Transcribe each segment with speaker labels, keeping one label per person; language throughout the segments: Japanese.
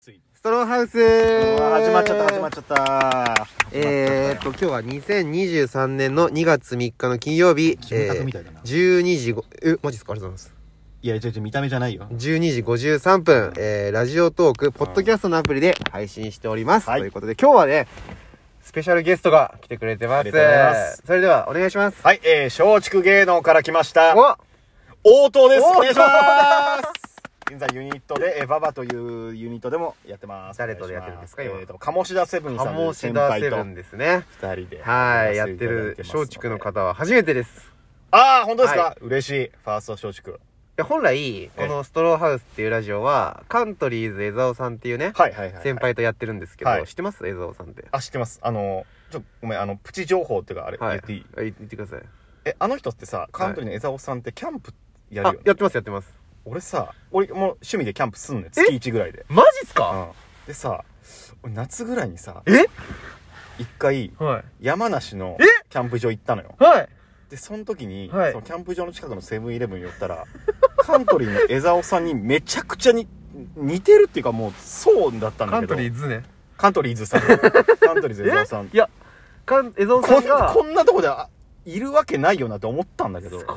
Speaker 1: ついに
Speaker 2: ストローハウス
Speaker 3: 始まっちゃった始まっちゃった
Speaker 2: えー、っと、今日は2023年の2月3日の金曜日、
Speaker 3: キム
Speaker 2: え
Speaker 3: タクみ
Speaker 2: ー、
Speaker 3: たいだな、
Speaker 2: 12時ご、え、マジですかありがとうございます。
Speaker 3: いやいやいや見た目じゃないよ
Speaker 2: 12時53分、えー、ラジオトーク、ポッドキャストのアプリで配信しております。
Speaker 3: はい
Speaker 2: ということで、今日はね、スペシャルゲストが来てくれてます。
Speaker 3: ありがとうございます
Speaker 2: それでは、お願いします。
Speaker 3: はいえー、松竹芸能から来ました
Speaker 2: お
Speaker 3: 応答です
Speaker 2: 応答
Speaker 3: お願いします現在ユニットで、えー、ババというユニットでもやってます
Speaker 2: 誰とでやってるんですか
Speaker 3: お願いしま
Speaker 2: 今
Speaker 3: えーと鴨志田セブンさんという
Speaker 2: 鴨志
Speaker 3: 先
Speaker 2: 田
Speaker 3: 輩
Speaker 2: セ
Speaker 3: と
Speaker 2: ブンですね。
Speaker 3: 二人で
Speaker 2: はい、やっ
Speaker 3: やらせ
Speaker 2: て
Speaker 3: いただい
Speaker 2: る
Speaker 3: てますので
Speaker 2: 松竹の方は初めてです。
Speaker 3: ああ本当ですか、
Speaker 2: は
Speaker 3: 嬉しいファースト松竹
Speaker 2: いや本来、このストローハウスっていうラジオは、カントリーズ江沢さんっていうね、
Speaker 3: はいはいはい、はい、
Speaker 2: 先輩とやってるんですけど、
Speaker 3: はい
Speaker 2: 知ってます江沢さんって。
Speaker 3: あ知ってますあのちょっとごめんあのプチ情報っていうかあれ、
Speaker 2: は
Speaker 3: 言っていい
Speaker 2: あ言ってください。
Speaker 3: えあの人ってさカントリーの江沢さんってキャンプやる
Speaker 2: あ
Speaker 3: よね、、
Speaker 2: やってます、やってます。
Speaker 3: 俺さ俺もう趣味でキャンプすんのよ月1ぐらいで
Speaker 2: マジっすか
Speaker 3: うんでさ俺夏ぐらいにさ
Speaker 2: え
Speaker 3: 一回
Speaker 2: は
Speaker 3: 山梨の
Speaker 2: え
Speaker 3: キャンプ場行ったのよ
Speaker 2: い。はい
Speaker 3: でその時に、
Speaker 2: はい
Speaker 3: そのキャンプ場の近くのセブンイレブンに寄ったらカントリーの江沢さんにめちゃくちゃに似てるっていうかもうそうだったんだけど
Speaker 2: ーズね。
Speaker 3: カントリーズ さんカントリーズ江沢さん
Speaker 2: いや、かん、江沢さ
Speaker 3: こ
Speaker 2: ん
Speaker 3: ん
Speaker 2: が、
Speaker 3: こんなとこであいるわけないよなって思ったんだけど
Speaker 2: すごい。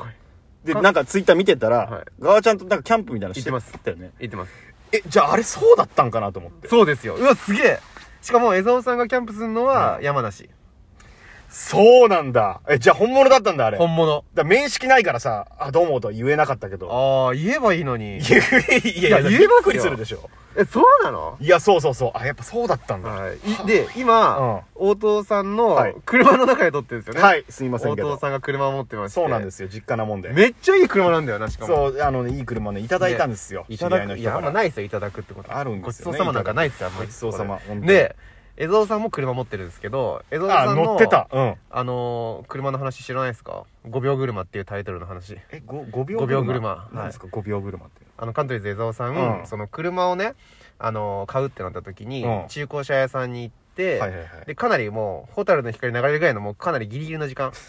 Speaker 3: でなんかツイッター見てたら、
Speaker 2: はい
Speaker 3: ガワちゃんとなんかキャンプみたいなのして
Speaker 2: 行ってます
Speaker 3: たよね
Speaker 2: 言ってます。
Speaker 3: えじゃああれそうだったんかなと思って
Speaker 2: そうですよ。うわ、すげえしかも江沢さんがキャンプするのは
Speaker 3: う
Speaker 2: 山梨。
Speaker 3: そうなんだえじゃあ本物だったんだあれだか
Speaker 2: 本物。
Speaker 3: ら面識ないからさ「あどうも」とは言えなかったけど
Speaker 2: ああ、言えばいいのに。
Speaker 3: 言えいやいや
Speaker 2: いや
Speaker 3: び
Speaker 2: 言え
Speaker 3: っ
Speaker 2: ますよ
Speaker 3: くりするでしょ
Speaker 2: え、そうなの
Speaker 3: いやそうそうそうあやっぱそうだったんだ、
Speaker 2: はい。いで、今、大藤さんの
Speaker 3: はい
Speaker 2: 車の中で撮ってるんですよね。。
Speaker 3: はいいすいませ
Speaker 2: 大
Speaker 3: んけ
Speaker 2: 藤
Speaker 3: ど
Speaker 2: さんが車を持ってまして。。
Speaker 3: そうなんですすよ実家なもんで
Speaker 2: めっちゃいい車なんだよな、しかも。
Speaker 3: そうあのねいい車ねいただいたんですよ
Speaker 2: いただ
Speaker 3: 知り合
Speaker 2: く、い
Speaker 3: い
Speaker 2: や、
Speaker 3: の
Speaker 2: あ
Speaker 3: 人
Speaker 2: ん
Speaker 3: か
Speaker 2: ま
Speaker 3: ら
Speaker 2: ないですよ、いただくってこと。
Speaker 3: あるんで
Speaker 2: ごち
Speaker 3: す
Speaker 2: そ
Speaker 3: よ
Speaker 2: う
Speaker 3: ね
Speaker 2: さまなんかないですよ、あんま
Speaker 3: ご
Speaker 2: り。
Speaker 3: ちそうさま本当に
Speaker 2: で、江蔵さんも車持ってるんですけど、江蔵
Speaker 3: あ
Speaker 2: さんの、
Speaker 3: 乗ってたうん
Speaker 2: あのー車の話知らないですか ?5 秒車っていうタイトルの話。
Speaker 3: えご5秒
Speaker 2: 五秒車
Speaker 3: 何ですか5秒車って
Speaker 2: あの、カントリーズ江蔵さん、
Speaker 3: うん
Speaker 2: その車をね、あのー買うってなった時に、
Speaker 3: うん
Speaker 2: 中古車屋さんに行って、
Speaker 3: はいはいはい
Speaker 2: で、かなりもう、ホタルの光流れるぐらいの、もうかなりギリギリの時間。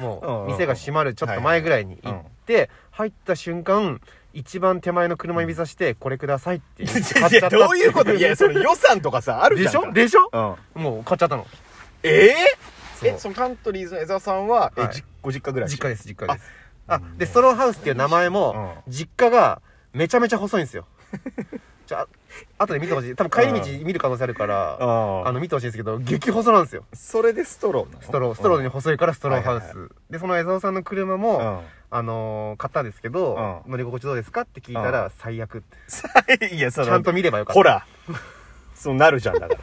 Speaker 3: うんうん
Speaker 2: もう、
Speaker 3: うん
Speaker 2: 店が閉まるちょっと前ぐらいに行って、入った瞬間、一番手前の車指さして、これくださいって言って買っ
Speaker 3: い
Speaker 2: ちゃ
Speaker 3: や
Speaker 2: った
Speaker 3: どういうこといやそれ予算とかさあるじ
Speaker 2: で
Speaker 3: ゃん
Speaker 2: しょ
Speaker 3: か
Speaker 2: でしょ
Speaker 3: うん
Speaker 2: もう買っちゃったの。
Speaker 3: ええ
Speaker 2: そう
Speaker 3: えそのカントリーズの江沢さんは、え
Speaker 2: はい
Speaker 3: じご実家ぐらい
Speaker 2: 実家です、実家です。
Speaker 3: あ
Speaker 2: あ、で、ストローハウスっていう名前も、実家がめちゃめちゃ細いん ですよ。じゃあ、後で見てほしい。多分帰り道見る可能性あるから、
Speaker 3: あ
Speaker 2: あの、見てほしいんですけど、激細なんですよ。
Speaker 3: それでストローなの
Speaker 2: ストロー、ストローに細いからストローハウ
Speaker 3: はい
Speaker 2: ス。で、その江沢さんの車
Speaker 3: うん
Speaker 2: も、あのー、買ったんですけど、
Speaker 3: うん
Speaker 2: 乗り心地どうですかって聞いた
Speaker 3: う
Speaker 2: ら、最悪って。
Speaker 3: うんいやその
Speaker 2: ちゃんと見ればよかった
Speaker 3: ほ。らそうなるじゃんだから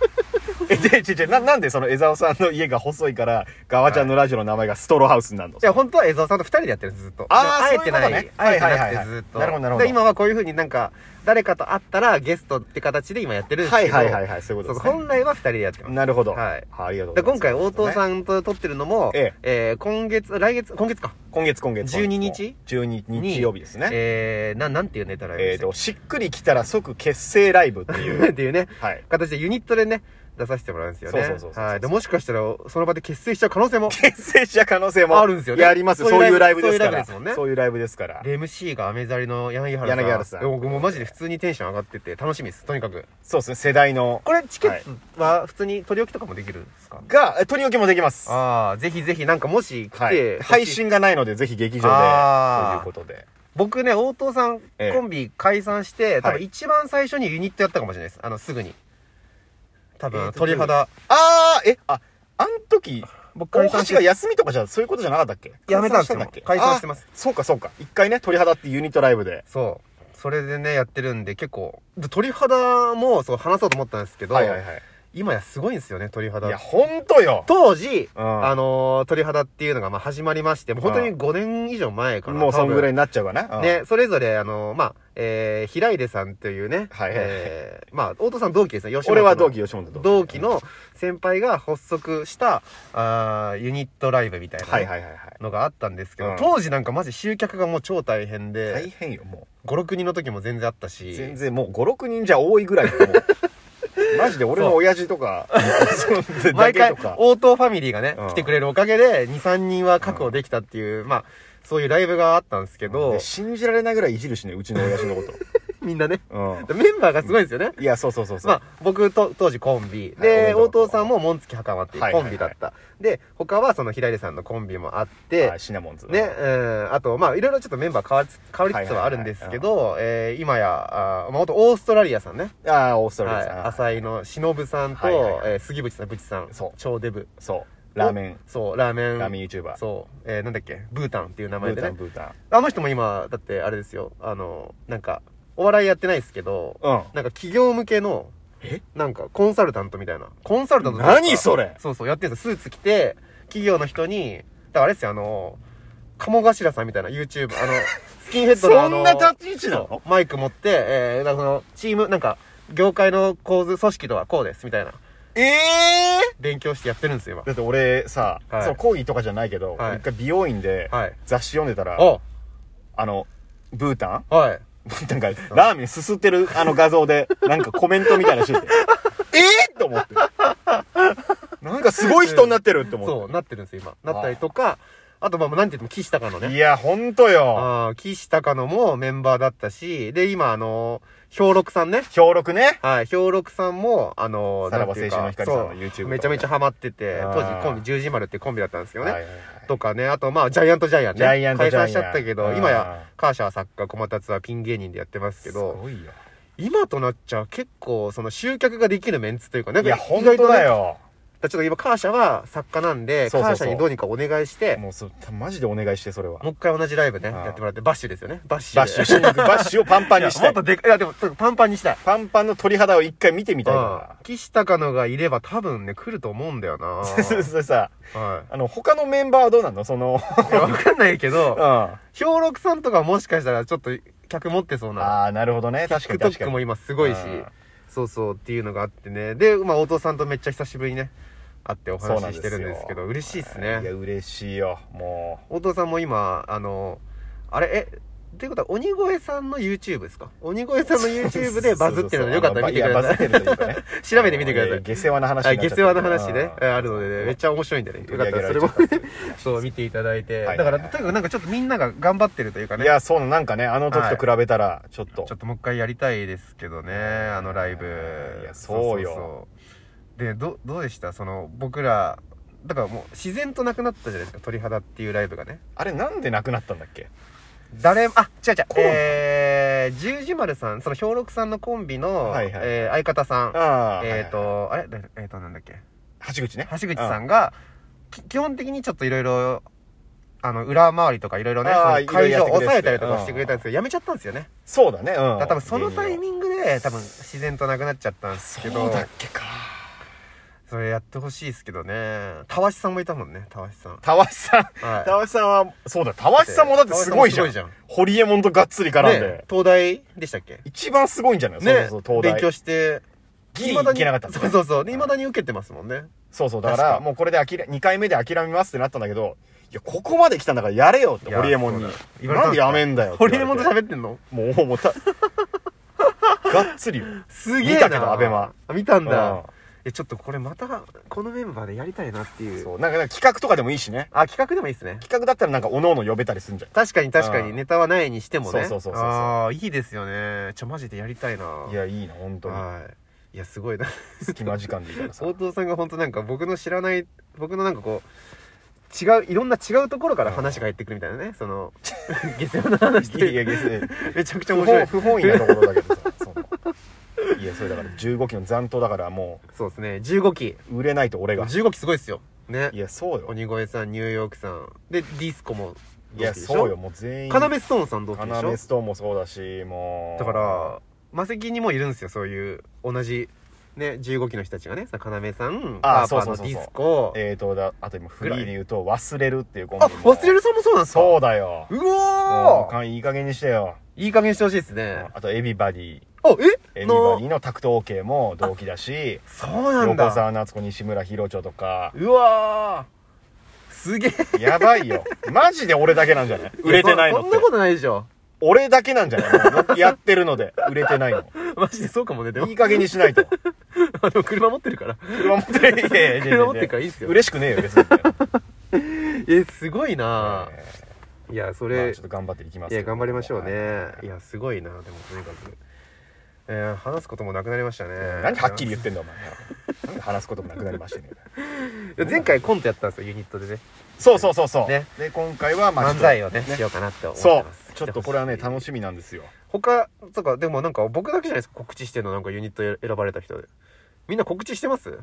Speaker 3: えでちょちょななんでその江沢さんの家が細いからガワちゃんのラジオの名前がストローハウスになるの
Speaker 2: いや、本当は江沢さんと二人でやってるんです、ずっと。
Speaker 3: あー
Speaker 2: 会えてない。
Speaker 3: そういうことね
Speaker 2: 会えて
Speaker 3: はい
Speaker 2: な
Speaker 3: はいはい
Speaker 2: く
Speaker 3: は
Speaker 2: て
Speaker 3: い
Speaker 2: ずっと。
Speaker 3: なるほどなるほど
Speaker 2: で今はこういうふうになんか、誰かと会ったらゲストって形で今やってるんです
Speaker 3: は
Speaker 2: け
Speaker 3: い
Speaker 2: ど。
Speaker 3: はいはいはいそういうこ
Speaker 2: そ
Speaker 3: と
Speaker 2: う
Speaker 3: です、ね、
Speaker 2: 本来は二人でやってます。
Speaker 3: なるほど
Speaker 2: はい
Speaker 3: ありがとう
Speaker 2: で
Speaker 3: ございま
Speaker 2: 今
Speaker 3: す
Speaker 2: 回大藤
Speaker 3: ん
Speaker 2: さんと撮ってるのも、
Speaker 3: え
Speaker 2: えー今月来月今月か
Speaker 3: 今月今月
Speaker 2: 12日
Speaker 3: 12日
Speaker 2: に
Speaker 3: 日曜日ですね
Speaker 2: えー、ななんていうネタライブで
Speaker 3: えっ、
Speaker 2: した
Speaker 3: と、しっくりきたら即結成ライブっていう。
Speaker 2: っていうね
Speaker 3: はい。
Speaker 2: 形でユニットでね出させてもらうんですよね
Speaker 3: そうそうそうそう
Speaker 2: はいでもしかしたらその場で結成しちゃう可能性も
Speaker 3: 結成した可能性も。
Speaker 2: あるんですよね
Speaker 3: いやあります。
Speaker 2: そ
Speaker 3: そうう
Speaker 2: い
Speaker 3: いうう
Speaker 2: ラ
Speaker 3: ラ
Speaker 2: イ
Speaker 3: イ
Speaker 2: ブ
Speaker 3: ブですか
Speaker 2: そういうライブで
Speaker 3: ら。
Speaker 2: すもんね
Speaker 3: そういうライブですから。
Speaker 2: で MC がアメザリの柳原さん
Speaker 3: 柳原さん
Speaker 2: で僕もうマジで普通にテンション上がってて楽しみですとにかく
Speaker 3: そうですね、世代の。
Speaker 2: これチケットは普通に取り置きとかもできるんですか、
Speaker 3: が、え取り置きもできます。は
Speaker 2: ああぜひぜひなんかもし来て、
Speaker 3: い。配信がないので、ぜひ劇場
Speaker 2: あ
Speaker 3: で。
Speaker 2: ー
Speaker 3: ということで。
Speaker 2: 僕ね大藤さん
Speaker 3: ええ
Speaker 2: コンビ解散して、多
Speaker 3: は
Speaker 2: 分
Speaker 3: い
Speaker 2: 一番最初にユニットやったかもしれないですあのすぐに多分、
Speaker 3: えーと
Speaker 2: 鳥肌
Speaker 3: あー、え、あ、あん時、
Speaker 2: 僕解
Speaker 3: 大
Speaker 2: 散し
Speaker 3: 橋が
Speaker 2: て
Speaker 3: 休みとかじゃ、そういうことじゃなかったっけ
Speaker 2: やめたんですよ
Speaker 3: 解散しただっけ
Speaker 2: 解散してます。
Speaker 3: あーそうか、そうか。一回ね、鳥肌っていうユニットライブで。
Speaker 2: そうそれでねやってるんで結構で鳥肌もそう話そうと思ったんですけど、
Speaker 3: はいはいはい。
Speaker 2: 今やすごいんですよね鳥
Speaker 3: いや、
Speaker 2: 肌
Speaker 3: ほんとよ。
Speaker 2: 当時、
Speaker 3: うん
Speaker 2: あのー鳥肌っていうのがまあ始まりましてもう本当に5年以上前かな
Speaker 3: もうそんぐらい
Speaker 2: い
Speaker 3: になっちゃうかな。うん
Speaker 2: ね、それぞれ、あのーまあ、えー、平出さんというね、
Speaker 3: はいはいはい
Speaker 2: えーまあ、大戸さん同期ですね、吉本の
Speaker 3: 俺は同期、吉本同期。
Speaker 2: 同期の先輩が発足したあーユニットライブみたい
Speaker 3: はい
Speaker 2: な
Speaker 3: はいはいはい。
Speaker 2: のがあったんですけど、
Speaker 3: うん
Speaker 2: 当時なんかマジ集客がもう超大変
Speaker 3: 大
Speaker 2: で、
Speaker 3: 変よ、も
Speaker 2: 56人の時も全然あった
Speaker 3: う。
Speaker 2: し
Speaker 3: 全然もう5、6人じゃ多いぐらいだと思 う。マジで俺の親父とか、 そうだ
Speaker 2: 毎
Speaker 3: け
Speaker 2: 回
Speaker 3: とか。
Speaker 2: 応答ファミリーがね、
Speaker 3: うん
Speaker 2: 来てくれるおかげで23人は確保できたっていう、まあそういうライブがあったんですけど、
Speaker 3: で信じられないぐらいいじるしね、うちの親父のこと。
Speaker 2: みんなね。
Speaker 3: う
Speaker 2: メンバーがすごいんですよね。
Speaker 3: ん。いや、そうそうそうそう。
Speaker 2: まあ、僕と当時コンビ、
Speaker 3: はい
Speaker 2: で、
Speaker 3: お弁
Speaker 2: 大
Speaker 3: 当
Speaker 2: 藤さんも門付き袴っていうコンビだった。で、他はその平出さんのコンビもあって
Speaker 3: はい、シナモンズ。
Speaker 2: ね、うん、あと、まあ、いろいろちょっとメンバー変わりつ変わりつつはあるんですけど、えー今や、あーまあ、元オーストラリアさんね。
Speaker 3: ああ、オーストラ
Speaker 2: は
Speaker 3: リ
Speaker 2: い
Speaker 3: アさん。。
Speaker 2: 浅井の忍さんと、
Speaker 3: はいはいはい
Speaker 2: えー杉渕さん、渕さん、
Speaker 3: そう
Speaker 2: 超デブ。
Speaker 3: そう。ラーメン、
Speaker 2: そう、ラーメン。
Speaker 3: ラーメン YouTuber。
Speaker 2: そう、えーなんだっけ、ブータンっていう名
Speaker 3: ブ
Speaker 2: 前
Speaker 3: ー
Speaker 2: で
Speaker 3: タ
Speaker 2: ね
Speaker 3: ン、。ブータ
Speaker 2: あの人も今、だってあれですよ、あの、なんか、お笑いやってないですけど、
Speaker 3: ン。
Speaker 2: なんか企業向けの、
Speaker 3: え
Speaker 2: なんかコンサルタントみたいな。コンサルタント
Speaker 3: 何それ
Speaker 2: そうそう、やってるんですよ。スーツ着て、企業の人に、だからあれですよ、あの、鴨頭さんみたいな YouTube、あの、 スキンヘッドのあの、
Speaker 3: そんな立ち位置なの
Speaker 2: そうマイク持って、えー、なんかその、チーム、なんか、業界の構図、組織とはこうです、みたいな。
Speaker 3: うん。ええ
Speaker 2: 勉強してやってるんですよ、
Speaker 3: だって俺さ、
Speaker 2: はい
Speaker 3: その講義とかじゃないけど、
Speaker 2: はい
Speaker 3: 一回美容院で
Speaker 2: 今。はい。
Speaker 3: 雑誌読んでたら、
Speaker 2: お
Speaker 3: あの、ブータン
Speaker 2: はい。
Speaker 3: なんか、ラーメンすすってるあの画像で、なんかコメントみたい なしてて、えー、と思って。なんかすごい人になってるって思
Speaker 2: そ
Speaker 3: っ
Speaker 2: う、なってるんですよ、今。なったりとか、あと、まあ、なんて言っても岸高の
Speaker 3: て。い
Speaker 2: ね。
Speaker 3: や、ほんとよ。
Speaker 2: ああ、岸高のもメンバーだったし、で、今、あの、兵六さんね。
Speaker 3: 氷録ね。
Speaker 2: はい、兵六さんも、あの、
Speaker 3: さら
Speaker 2: な
Speaker 3: ば
Speaker 2: んていう
Speaker 3: 青春の
Speaker 2: か
Speaker 3: 光さんの
Speaker 2: そう
Speaker 3: YouTube とかね
Speaker 2: めちゃめちゃハマってて、
Speaker 3: あ
Speaker 2: 当
Speaker 3: ー
Speaker 2: 時コンビ、十字丸っていうコンビだったんですけど
Speaker 3: はい
Speaker 2: ね。
Speaker 3: はいはい
Speaker 2: とかね、あと、まあ、ジャイアントジャイアンね。
Speaker 3: ジャイアントジャイアン
Speaker 2: 解散しちゃったけ
Speaker 3: あ
Speaker 2: ど、
Speaker 3: ー
Speaker 2: 今や、カーシャー作家、小松はピン芸人でやってますけ
Speaker 3: す
Speaker 2: ど、
Speaker 3: ごいよ。
Speaker 2: 今となっちゃ結構、その集客ができるメンツというか、なんか
Speaker 3: いや、
Speaker 2: 意
Speaker 3: ほん
Speaker 2: 外
Speaker 3: と
Speaker 2: とね、
Speaker 3: だよ。
Speaker 2: だからちょっと今、カーシャは作家なんで、
Speaker 3: そうそう
Speaker 2: カー
Speaker 3: そう
Speaker 2: シャにどうにかお願いして、
Speaker 3: もうそ、マジでお願いして、それは。
Speaker 2: もう一回同じライブね、
Speaker 3: あー
Speaker 2: やってもらって、バッシュですよね。バッシュ
Speaker 3: バッ
Speaker 2: で。
Speaker 3: シュ、新宿バッシュをパンパンにし
Speaker 2: いや
Speaker 3: た
Speaker 2: もっ
Speaker 3: い
Speaker 2: と。でかい。いや、でも、とにかくパンパンにしたい。
Speaker 3: パンパンの鳥肌を一回見てみたい
Speaker 2: うん
Speaker 3: か。
Speaker 2: 岸高野がいれば多分ね、来ると思うんだよ な。
Speaker 3: ら。そそれさ、
Speaker 2: は
Speaker 3: あの、他のメンバーはどうなんのその、
Speaker 2: い。いやわかんないけ
Speaker 3: うん。
Speaker 2: ど、
Speaker 3: あ
Speaker 2: 兵六さんとかもしかしたらちょっと客持ってそうな。
Speaker 3: あー、なるほどね。確かに確か
Speaker 2: TikTok
Speaker 3: に。
Speaker 2: も今すごいし
Speaker 3: うん、
Speaker 2: そうそうっていうのがあってね。で、まあ、お父さんとめっちゃ久しぶりにね、会ってお
Speaker 3: そうなん
Speaker 2: 話し
Speaker 3: ですよ
Speaker 2: してるんですけど、嬉しいです
Speaker 3: いや、
Speaker 2: ね。
Speaker 3: 嬉しいよ。も
Speaker 2: お父さんも今、あの、あれ、え、ということは、鬼越さんの YouTube ですか鬼越さんの YouTube でバズってるのでよかったら見てくださ
Speaker 3: やバズって
Speaker 2: い。
Speaker 3: るというかね
Speaker 2: 調べてみてくだ
Speaker 3: い
Speaker 2: さ
Speaker 3: や
Speaker 2: い
Speaker 3: いや。下世話な話
Speaker 2: は
Speaker 3: に
Speaker 2: い、
Speaker 3: な
Speaker 2: 下
Speaker 3: っちゃって
Speaker 2: 世話の話ね、
Speaker 3: うん
Speaker 2: あるのでね、めっちゃ面白いんでね、よかったらそれも、そう見ていただいて、
Speaker 3: はい
Speaker 2: だから、とにかくなんかちょっとみんなが頑張ってるというかね、
Speaker 3: いやそうなんかねあの時と比べたらちょっと、
Speaker 2: ちょっともう一回やりたいですけどね、あのライブ
Speaker 3: い。やそうよ
Speaker 2: そうで、ど、どうでしたその、僕ら、だからもう自然となくなったじゃないですか、鳥肌っていうライブがね。
Speaker 3: あれなんでなくなったんだっけ
Speaker 2: 誰も、あ、違う違う、
Speaker 3: コロナ
Speaker 2: えー、十字丸さん、その兵六さんのコンビの、
Speaker 3: はいはい
Speaker 2: えー相方さん、
Speaker 3: あ
Speaker 2: えっ、ー、
Speaker 3: は
Speaker 2: と、
Speaker 3: いはい
Speaker 2: あれ誰えっ、ー、と、なんだっけ
Speaker 3: 橋口ね
Speaker 2: 橋口さんが、き基本的にちょっといろいろ、あの、裏回りとかいろいろね、
Speaker 3: あー
Speaker 2: その会
Speaker 3: いろい
Speaker 2: 場
Speaker 3: ろやってく
Speaker 2: 抑え
Speaker 3: れて
Speaker 2: たりとかしてくれたんですけど、やめちゃったんですよね。
Speaker 3: そうだねう
Speaker 2: だ
Speaker 3: ん
Speaker 2: から多分そのタイ
Speaker 3: ン
Speaker 2: ミングで、多分自然となくなっちゃったんですけ
Speaker 3: そ
Speaker 2: ど
Speaker 3: う、だっけか
Speaker 2: それやってほしいですけどね。たわしさんもいたもんね、たわしさん。
Speaker 3: たわしさん
Speaker 2: はい。
Speaker 3: たわしさんはそうだたわしさんもだってすごいじゃ
Speaker 2: た
Speaker 3: ん
Speaker 2: わしさんもす
Speaker 3: ホリエモンとがっつり絡ん
Speaker 2: ごいじ
Speaker 3: で、
Speaker 2: ゃん。ね、東大でしたっけ
Speaker 3: 一番すごいんじゃない
Speaker 2: ね、
Speaker 3: そうそう東
Speaker 2: 勉強
Speaker 3: 大
Speaker 2: して、
Speaker 3: ギリ
Speaker 2: 未だ
Speaker 3: 行
Speaker 2: に
Speaker 3: けなかったんだ
Speaker 2: そ
Speaker 3: ね
Speaker 2: うそうそう。いまだに受けてますもんね。
Speaker 3: そうそうだか
Speaker 2: 確
Speaker 3: ら
Speaker 2: か
Speaker 3: もうこれで諦2回目で諦めますってなったんだけどいやここまで来たんだからやれよって
Speaker 2: いや
Speaker 3: ホリエモンに
Speaker 2: そうだよ言われ
Speaker 3: な
Speaker 2: たん
Speaker 3: んで
Speaker 2: ですか
Speaker 3: やめんだよって
Speaker 2: ホ
Speaker 3: 言
Speaker 2: リ
Speaker 3: われて
Speaker 2: エモンと喋ってんの
Speaker 3: もう重た がっつりよ
Speaker 2: すげえな。
Speaker 3: 見たけどアベマ。
Speaker 2: 見たん
Speaker 3: うん
Speaker 2: だ。え、ちょっとこれまた、このメンバーでやりたいなっていう。
Speaker 3: そうなんかなんか企画とかでもいいしね
Speaker 2: あ、企画でもいいですね。
Speaker 3: 企画だったらなんかおのおの呼べたりすんじゃ
Speaker 2: 確かに確か
Speaker 3: う
Speaker 2: に、
Speaker 3: ん
Speaker 2: ネタはないにしてもね。
Speaker 3: そうそうそうそうそう
Speaker 2: ああ、いいですよね。ちょ、マジでやりたいな。
Speaker 3: んいやいいな本当に
Speaker 2: はい。いや、すごいな。
Speaker 3: 隙間時間でいいからさ
Speaker 2: 大藤さんが本当なんか僕の知らない、僕のなんかこう、違う、いろんな違うところから話が入ってくるみたいなね。その、下世話な話
Speaker 3: いやい
Speaker 2: で。
Speaker 3: や別に
Speaker 2: めちゃくちゃ
Speaker 3: 不
Speaker 2: 面白
Speaker 3: 本
Speaker 2: い。
Speaker 3: 不本意なところだけどさそのいやそれだから15期の残党だからも
Speaker 2: そうですね。15期。
Speaker 3: う売れないと俺が
Speaker 2: 15期すごいっすよ。ね
Speaker 3: い。やそうよ
Speaker 2: 鬼越さん、ニューヨークさん。で、ディスコも
Speaker 3: い
Speaker 2: 同期でしょ。
Speaker 3: やそうよもう全員
Speaker 2: カナメストーンさん同期でしょ
Speaker 3: 要ストーンもそうだしもう
Speaker 2: だからマセキにもいるんですよそういう同じね15期の人たちがねさ要さんパ
Speaker 3: あ
Speaker 2: ーパー
Speaker 3: そうそう
Speaker 2: の
Speaker 3: そ
Speaker 2: デ
Speaker 3: うそう
Speaker 2: ィスコ
Speaker 3: えーとだあと今フリーで言うと「忘れる」っていうコン
Speaker 2: あ
Speaker 3: ビも
Speaker 2: 忘れるさんもそうなんですか
Speaker 3: そうだよ
Speaker 2: う
Speaker 3: も
Speaker 2: お
Speaker 3: う
Speaker 2: ー
Speaker 3: 勘いい加減にしてよ
Speaker 2: いい加減してほしいですね
Speaker 3: あと「エビバディ」
Speaker 2: あ
Speaker 3: エ
Speaker 2: え
Speaker 3: ビバ
Speaker 2: の
Speaker 3: ディのタクト OK も同期だし
Speaker 2: そうなん
Speaker 3: 横
Speaker 2: だ
Speaker 3: 澤夏子西村ひろちょとか
Speaker 2: うわーすげえ
Speaker 3: やばいよ マジで俺だけなん じゃない売れてないのっ
Speaker 2: そ
Speaker 3: て
Speaker 2: んなことないでしょ
Speaker 3: 俺だけなんじゃないやってるので売れてないの
Speaker 2: マジでそうかもねでも
Speaker 3: いい加減にしないと
Speaker 2: あの車持ってるから
Speaker 3: 車持っていやいやいやいや
Speaker 2: 車持ってるからいいっすよ
Speaker 3: 嬉しくねえよ別に
Speaker 2: えすごい
Speaker 3: えー
Speaker 2: な、いやそ
Speaker 3: まあ
Speaker 2: れ
Speaker 3: ちょっと頑張っていきます
Speaker 2: いや頑張りましょうね
Speaker 3: はい
Speaker 2: やすごいなでもとにかくえー話すこともなくなりましたね
Speaker 3: 何はっきり言ってんだお前なんで話すこともなくなり ましたね
Speaker 2: いや前回コントやったんですよユニットでね
Speaker 3: そうそうそうそう、
Speaker 2: ね
Speaker 3: で今回はまあ
Speaker 2: 漫才をね
Speaker 3: ちょっ
Speaker 2: しようかなって思
Speaker 3: と
Speaker 2: っ
Speaker 3: そ
Speaker 2: て
Speaker 3: う
Speaker 2: ます
Speaker 3: ちょっとこれはね
Speaker 2: 来てほしい
Speaker 3: 楽しみなんですよ
Speaker 2: 他とかでもなんか僕だけじゃないですか告知してんのなんかユニット選選ばれた人でみんな告知してます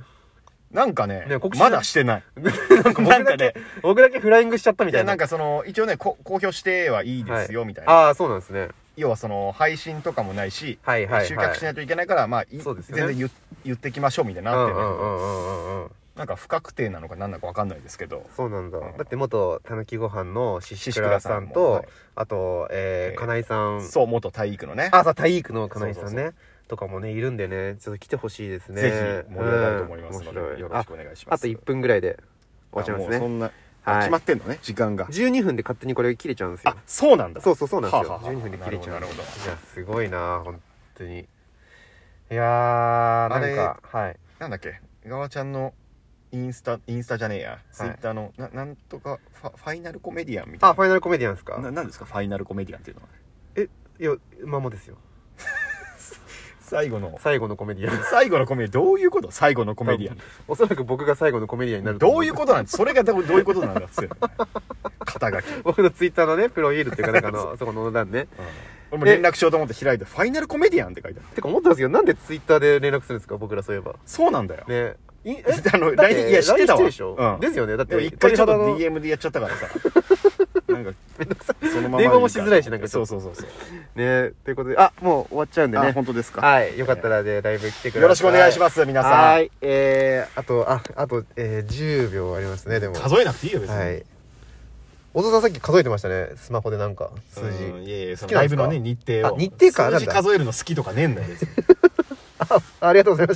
Speaker 3: なんかね
Speaker 2: ね告知
Speaker 3: まだし てない
Speaker 2: なんか僕
Speaker 3: なん
Speaker 2: だ
Speaker 3: か
Speaker 2: け、
Speaker 3: ね
Speaker 2: 僕だけフライングしちゃったみ
Speaker 3: い
Speaker 2: た
Speaker 3: や
Speaker 2: いな
Speaker 3: なんかその一応ねこ公表してはいいですよみたいな、
Speaker 2: ああそうなんですね
Speaker 3: 要はその配信とかもないし、
Speaker 2: はいはいはい
Speaker 3: 集客しないといけないからまあい
Speaker 2: そうですよね
Speaker 3: 全然言言ってきましょうみたいに
Speaker 2: う
Speaker 3: なっ
Speaker 2: ん
Speaker 3: て
Speaker 2: う
Speaker 3: るんだけど
Speaker 2: んうんうんうんうん
Speaker 3: なんか不確定なのか何なのか分かんないですけど
Speaker 2: そうなんだ、
Speaker 3: うん
Speaker 2: だって元たぬきご飯のしし
Speaker 3: シ
Speaker 2: く
Speaker 3: シ
Speaker 2: ら
Speaker 3: ら
Speaker 2: さ
Speaker 3: さ
Speaker 2: ん
Speaker 3: ん
Speaker 2: と
Speaker 3: もはい
Speaker 2: あと、えー、
Speaker 3: えー
Speaker 2: 金井さん
Speaker 3: そう元体育のね
Speaker 2: あさ体育の金井さんね
Speaker 3: そうそう
Speaker 2: とかもねいるんでねちょっと来てほしいですね
Speaker 3: ぜひ盛り上がると思いますの
Speaker 2: うん面白
Speaker 3: で
Speaker 2: い
Speaker 3: よろしくお願いし
Speaker 2: あ
Speaker 3: ま
Speaker 2: あ
Speaker 3: す
Speaker 2: と1分ぐらいで終わっちゃいます
Speaker 3: あもうそ
Speaker 2: ね
Speaker 3: んな
Speaker 2: はい
Speaker 3: 決まってんのね時間が
Speaker 2: 12分で勝手にこれ切れちゃうんですよ
Speaker 3: あそうなんだ
Speaker 2: そうそうそうなんですよ。
Speaker 3: はあはあはあ
Speaker 2: 12分で切れちゃう。
Speaker 3: なるほどなる
Speaker 2: いや、すごいな、本当に。いやー、な
Speaker 3: あ
Speaker 2: ん
Speaker 3: れ
Speaker 2: か、はい。
Speaker 3: なんだっけガワちゃんのインスタインスタじゃねえやツイッターのななんとかファファイナルコメディアンみた
Speaker 2: あ、
Speaker 3: いな
Speaker 2: ファイナルコメディアンです
Speaker 3: な
Speaker 2: か
Speaker 3: なんですかファイナルコメディアンっていうのはい
Speaker 2: や、まあもうですよ。
Speaker 3: 最後の
Speaker 2: 最後のコメディ アン。
Speaker 3: 最後のコメディどういうこと最後のコメディア
Speaker 2: おそらく僕が最後のコメディアンにな
Speaker 3: ン
Speaker 2: ると思
Speaker 3: どういうことなんそれがどうどういうことなんだっつ うの肩書き、うん
Speaker 2: 僕のツイッターのね、プロフィールっていうか、なんかあ の、そこの段ね。
Speaker 3: 俺も連絡しようと思って開いてファイナルコメディアンって書いてある
Speaker 2: てか思ったんですけど、なんでツイッターで連絡するんですか僕らそういえば。
Speaker 3: そうなんだよ
Speaker 2: ね。いえ
Speaker 3: あの
Speaker 2: だっ
Speaker 3: LINE いや知ってたわ
Speaker 2: でしょ、
Speaker 3: うん
Speaker 2: ですよね。だっ
Speaker 3: でも
Speaker 2: て、
Speaker 3: 一回ちょっと
Speaker 2: 鳥肌の
Speaker 3: DM でやっちゃったか らさなんかそのまま
Speaker 2: 電話もしづらいしなんかち
Speaker 3: そ
Speaker 2: ょ
Speaker 3: う
Speaker 2: っと
Speaker 3: そうそうそう
Speaker 2: ね。ということで、あ、もう終わっちゃうんで
Speaker 3: あ
Speaker 2: ね。
Speaker 3: 本当ですか
Speaker 2: はい。よかったらで、ライブ来てください。。
Speaker 3: よろしくお願いしますす皆さん
Speaker 2: はい。えー、あと、あ、あと、えー、10秒ありますね、でも。
Speaker 3: 数えなくていいよ別に、
Speaker 2: はい。お父さんさっき数えてましたね、スマホでなんか、数
Speaker 3: うんい
Speaker 2: 字。
Speaker 3: やいやそ
Speaker 2: 好きなん
Speaker 3: のラ
Speaker 2: ですか
Speaker 3: イブのね日程を
Speaker 2: あ日程か
Speaker 3: 数字
Speaker 2: なんだ
Speaker 3: 数えるの好きとかねえんだよ別に
Speaker 2: ありがとうございました。